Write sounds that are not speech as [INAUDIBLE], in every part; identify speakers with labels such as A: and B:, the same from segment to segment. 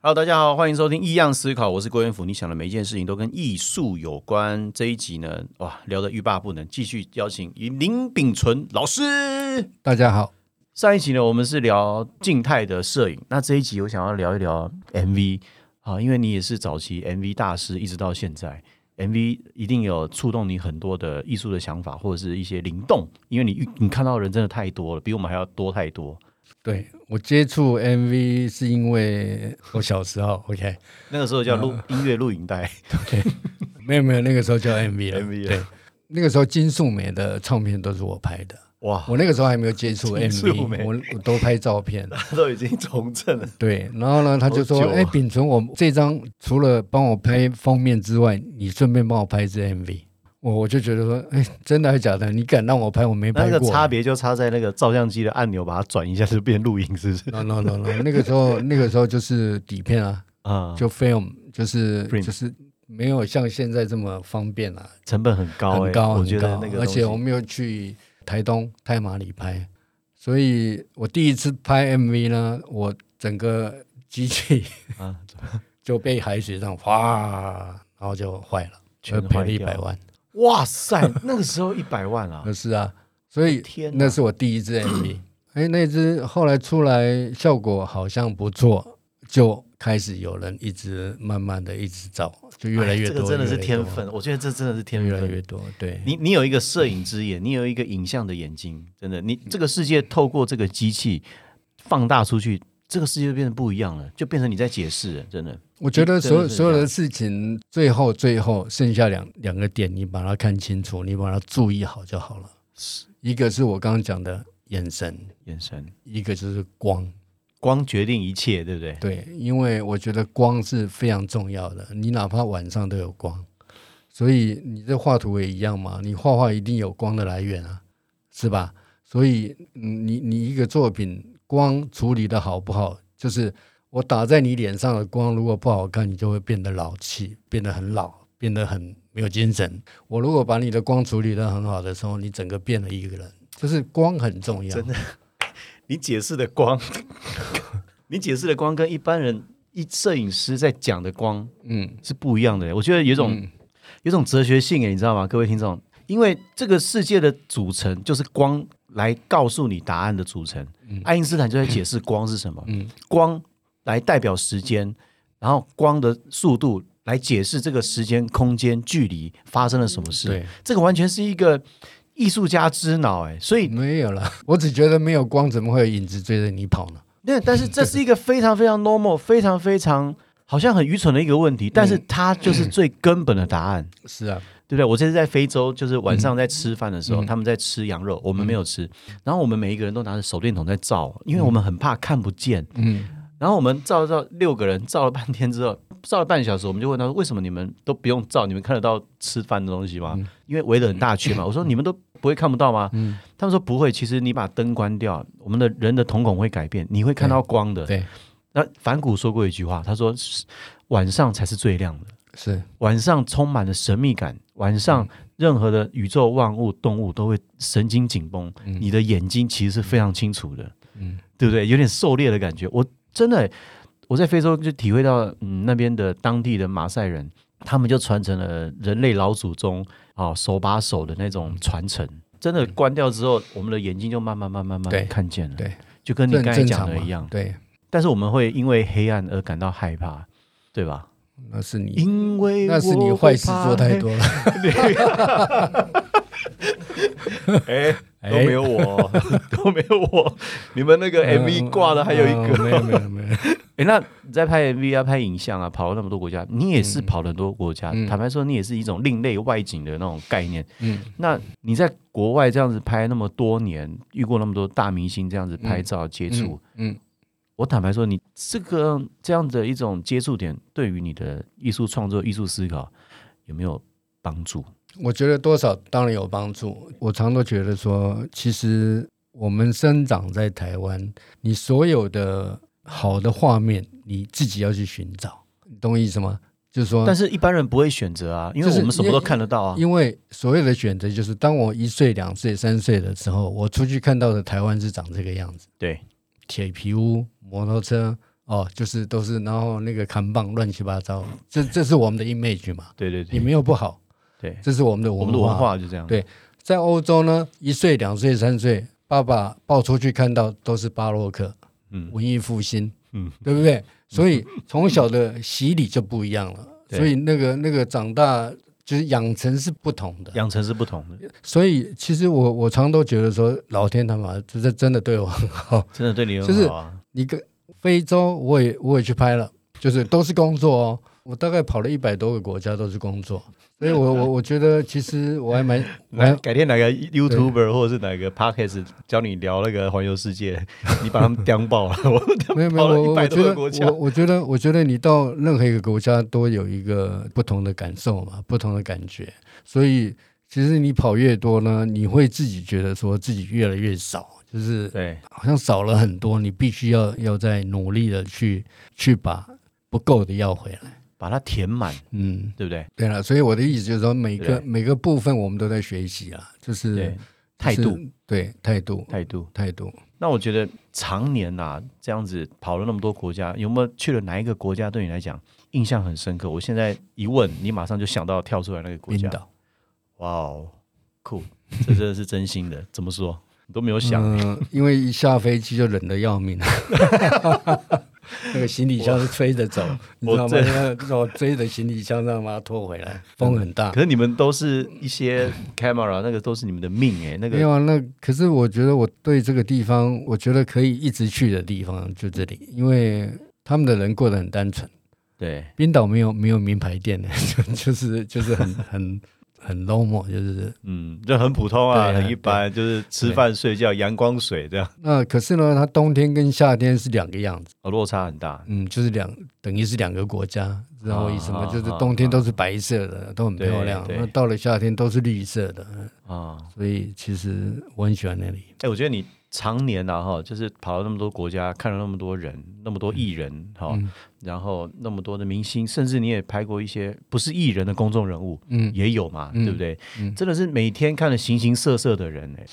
A: Hello，大家好，欢迎收听《异样思考》，我是郭元甫。你想的每一件事情都跟艺术有关。这一集呢，哇，聊得欲罢不能，继续邀请林炳纯老师。
B: 大家好，
A: 上一集呢，我们是聊静态的摄影，那这一集我想要聊一聊 MV 啊，因为你也是早期 MV 大师，一直到现在，MV 一定有触动你很多的艺术的想法，或者是一些灵动，因为你遇你看到的人真的太多了，比我们还要多太多。
B: 对我接触 MV 是因为我小时候，OK，
A: 那个时候叫录、音乐录影带
B: 没有没有，那个时候叫 MV 了
A: MV
B: 对
A: 了，
B: 那个时候金素梅的唱片都是我拍的， [LAUGHS]
A: 哇，
B: 我那个时候还没有接触
A: 金素梅
B: MV，我我都拍照片，
A: 都已经从政了。
B: 对，然后呢，他就
A: 好
B: 说
A: 久，啊
B: 哎，秉存，我这张除了帮我拍封面之外，你顺便帮我拍一支 MV，我我就觉得说，哎，真的还假的？你敢让我拍，我没
A: 那
B: 拍
A: 个
B: 过。啊
A: 差别就差在那个照相机的按钮，把它转一下就变录影，是不是？
B: no no no no，那个时候那个时候就是底片啊，
A: 啊、
B: 就 film 就是
A: Print
B: 就是没有像现在这么方便了、
A: 成本很高、欸，
B: 很高
A: 我
B: 很
A: 觉得
B: 高
A: 那个，
B: 而且我
A: 东西
B: 们又去台东太马里拍，所以我第一次拍 MV 呢，我整个机器
A: 啊，
B: [LAUGHS] 就被海水上哗，然后就坏了，
A: 全
B: 就
A: 坏
B: 赔了一
A: 掉
B: 百万。
A: 哇塞，那个时候一百万啊 [LAUGHS]
B: 可，是啊，所以
A: 天哪
B: 那是我第一支
A: [CLEARS THROAT]
B: MV。哎，那支后来出来效果好像不错，就开始有人一直慢慢的一直找，就越来越
A: 哎这
B: 多。
A: 个真的是
B: 越来越多
A: 天分，我觉得这真的是天分。
B: 越来越多，对，
A: 你你有一个摄影之眼，你有一个影像的眼睛，真的，你这个世界透过这个机器放大出去，这个世界就变得不一样了，就变成你在解释了，真的。
B: 我觉得
A: 真的
B: 所有
A: 是
B: 所有
A: 这
B: 的
A: 样
B: 事情，最后最后剩下两两个点，你把它看清楚，你把它注意好就好了。一个是我刚刚讲的眼神，
A: 眼神，
B: 一个就是光。
A: 光决定一切，对不对？
B: 对，因为我觉得光是非常重要的，你哪怕晚上都有光，所以你这画图也一样嘛，你画画一定有光的来源啊，是吧？所以嗯你你一个作品光处理的好不好，就是我打在你脸上的光，如果不好看，你就会变得老气，变得很老，变得很没有精神。我如果把你的光处理的很好的时候，你整个变了一个人，就是光很重要。
A: 真的你解释的光， [LAUGHS] 你解释的光跟一般人一摄影师在讲的光
B: 嗯，
A: 是不一样的。我觉得有一种、有一种哲学性诶，你知道吗？各位听众，因为这个世界的组成就是光来告诉你答案的组成。爱因斯坦就在解释光是什么，光来代表时间，然后光的速度来解释这个时间、空间、距离发生了什么事
B: 对。
A: 这个完全是一个艺术家之脑诶，所以
B: 哎没有啦， [LAUGHS] 我只觉得没有光，怎么会有影子追着你跑呢？
A: 那但是这是一个非常非常 normal、非常非常好像很愚蠢的一个问题，但是它就是最根本的答案，
B: 是啊，
A: 对不对？我这次在非洲，就是
B: 嗯
A: 晚上在吃饭的时候，他们在吃羊肉，我们没有吃，然后我们每一个人都拿着手电筒在照，因为我们很怕看不见。
B: 嗯，
A: 然后我们照了照六个人，照了半天之后，照了半小时，我们就问他说：“为什么你们都不用照？你们看得到吃饭的东西吗？
B: 嗯
A: 因为围了很大圈嘛。”我
B: [LAUGHS]
A: 说：“你们都不会看不到吗？”他们说：“不会，其实你把灯关掉，我们的人的瞳孔会改变，你会看到光的。”
B: 对，
A: 那反骨说过一句话，他说是：“晚上才是最亮的，
B: 是
A: 晚上充满了神秘感，晚
B: 嗯
A: 上任何的宇宙万物、动物都会神经紧绷，你的眼睛其实是非常清楚的，
B: 嗯
A: 对不对？有点狩猎的感觉。我真的欸、我在非洲就体会到，嗯，那边的当地的马赛人，他们就传承了人类老祖宗啊、手把手的那
B: 嗯
A: 种传承。”真的关掉之后，我们的眼睛就慢慢、慢慢、慢
B: 对
A: 慢看见了，
B: 对，
A: 就跟你
B: 这
A: 刚
B: 很
A: 才
B: 正
A: 讲
B: 常
A: 的
B: 嘛
A: 一样，
B: 对，
A: 但是我们会因为黑暗而感到害怕，对吧？
B: 那是你，
A: 因为
B: 那是你坏事做太。多了。
A: [LAUGHS] 哎、
B: 哎
A: 都没有我， [LAUGHS] 都没有我。你们那个 MV E 挂的还有一
B: 嗯
A: 个。
B: 没有没有
A: [LAUGHS]
B: 没有，
A: 哎、那你在拍 MV 啊、拍影像啊，跑了那么多国家，你也是跑了很多国家。
B: 嗯
A: 坦白说，你也是一种另类外景的那种概念。
B: 嗯，
A: 那你在国外这样子拍那么多年，遇过那么多大明星这样子拍照接触，
B: 嗯，
A: 我坦白说，你这个这样的一种接触点，对于你的艺术创作、艺术思考有没有帮助？
B: 我觉得多少当然有帮助。我常都觉得说，其实我们生长在台湾，你所有的好的画面，你自己要去寻找，你懂我意思吗？就是说，
A: 但是一般人不会选择啊，因为我们什么都看得到啊。
B: 哦因为所谓的选择，就是当我一岁、两岁、三岁的时候，我出去看到的台湾是长这个样子：
A: 对，
B: 铁皮屋、摩托车、哦，就是都是然后那个扛棒乱七八糟，这这是我们的 image 嘛，
A: 对对对
B: 也没有不好，
A: 对，
B: 这是我们的
A: 我
B: 文
A: 们的文化就这样。
B: 对在欧洲呢，一岁、两岁、三岁，爸爸抱出去看到都是巴洛克、
A: 嗯
B: 文艺复兴，
A: 嗯，
B: 对不对？所以从小的洗礼就不一样了，
A: 对
B: 所以那个那个长大就是养成是不同的。
A: 养成是不同的，
B: 所以其实我我常都觉得说，老天他妈这这真的对我很好。
A: 真的对你
B: 就是
A: 很好啊。
B: 你跟非洲我也我也去拍了，就是都是工作哦。我大概跑了一百多个国家都是工作，所
A: [LAUGHS]
B: 以我我我觉得其实我还蛮我
A: 来，
B: 还
A: 改天哪个 YouTuber 或者是哪个 Podcast 教你聊那个环游世界， [LAUGHS] 你把他们叼
B: [LAUGHS]
A: 爆了。我
B: 没有没有，
A: 跑了
B: 我我
A: 100
B: 觉
A: 多个
B: 得
A: 国家
B: 我我觉得我觉得你到任何一个国家都有一个不同的感受嘛，不同的感觉。所以其实你跑越多呢，你会自己觉得说自己越来越少，就是
A: 对
B: 好像少了很多，你必须要要再努力的去去把不够的要回来。
A: 把它填满，
B: 嗯，
A: 对不对？
B: 对了，所以我的意思就是说，每
A: 对
B: 个每个部分我们都在学习啊，就是
A: 对，态度，
B: 是对态度，
A: 态度。
B: 态度。
A: 那我觉得常年呐、这样子跑了那么多国家，有没有去了哪一个国家对你来讲印象很深刻？我现在一问，你马上就想到跳出来那个国
B: 领
A: 家。
B: 导，
A: 哇哦， [LAUGHS] 酷！这真的是真心的。怎么说？你都没有想，
B: 嗯，因为一下飞机就冷得要命， [LAUGHS] 那个行李箱是推着走，你知道
A: 我
B: 吗
A: 这？
B: 让我追着行李箱让它拖回来，风很大
A: 可。是你们都是一 [LAUGHS] 些 camera，那个都是你们的命哎、那
B: 没
A: 个
B: 有啊，那可是我觉得我对这个地方，我觉得可以一直去的地方就这里，因为他们的人过得很单纯。
A: 对
B: 冰岛没有没有名牌店的， [LAUGHS] 就就是就是很 [LAUGHS] 很很 low 嘛，就是
A: 嗯，就很普通啊，
B: 对啊
A: 很一般，就是吃饭、睡觉、阳光、水这样，
B: 那可是呢，它冬天跟夏天是两个样子，
A: 哦，落差很大。
B: 嗯，就是两等于是两个国家，知道我意思吗？
A: 啊
B: 就是冬天都是白色的，都很漂亮，
A: 对对
B: 那到了夏天都是绿色的，
A: 啊、
B: 所以其实我很喜欢那里。
A: 哎、我觉得你常年啊哈，就是跑到那么多国家，看了那么多人，那么多艺人哈、
B: 嗯
A: 然后那么多的明星，甚至你也拍过一些不是艺人的公众人物，
B: 嗯
A: 也有嘛，
B: 嗯
A: 对不对、
B: 嗯
A: 真的是每天看了形形色色的人哎、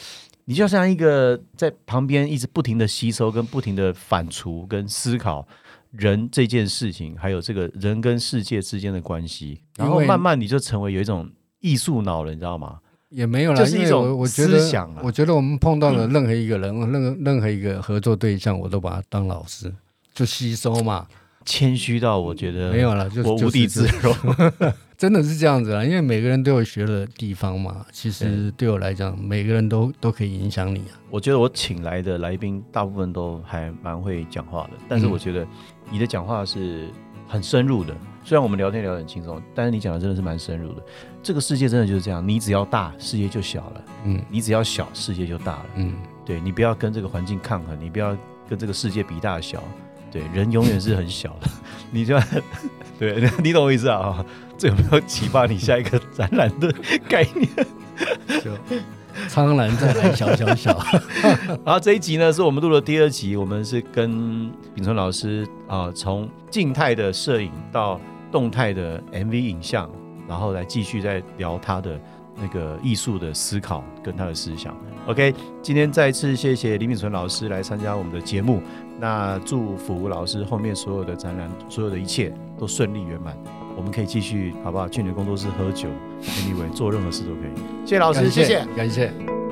A: 你就像一个在旁边一直不停的吸收、跟不停的反刍、跟思考人这件事情，还有这个人跟世界之间的关系，然后
B: 因为
A: 慢慢你就成为有一种艺术脑了，你知道吗？
B: 也没有啦，
A: 就是一
B: 因为
A: 种
B: 我我觉得
A: 思想啊
B: 我觉得我们碰到了任何一个人，任何任何一个合作对象，我都把他当老师，就吸收嘛。
A: 谦虚到我觉得
B: 没有啦，就
A: 嗯我无地自
B: 就是
A: 容。
B: 真的是这样子啦，因为每个人都有学的地方嘛。其实对我来讲，每个人都都可以影响你啊。
A: 我觉得我请来的来宾大部分都还蛮会讲话的，但是
B: 嗯
A: 我觉得你的讲话是很深入的。虽然我们聊天聊得很轻松，但是你讲的真的是蛮深入的。这个世界真的就是这样，你只要大，世界就小了；
B: 嗯
A: 你只要小，世界就大了。
B: 嗯，
A: 对你不要跟这个环境抗衡，你不要跟这个世界比大小。对，人永远是很小的， [LAUGHS] 你就对，你懂我意思啊？这有没有启发你下一个展览的概念？
B: 就苍兰再来小小小。
A: [LAUGHS] 然后这一集呢，是我们录的第二集，我们是跟秉存老师啊、从静态的摄影到动态的 MV 影像，然后来继续再聊他的那个艺术的思考跟他的思想。OK，今天再次谢谢李秉存老师来参加我们的节目，那祝福老师后面所有的展览，所有的一切都顺利圆满。我们可以继续，好不好？去你的工作室喝酒，anyway，做任何事都可以。谢谢老师，谢谢
B: 感谢。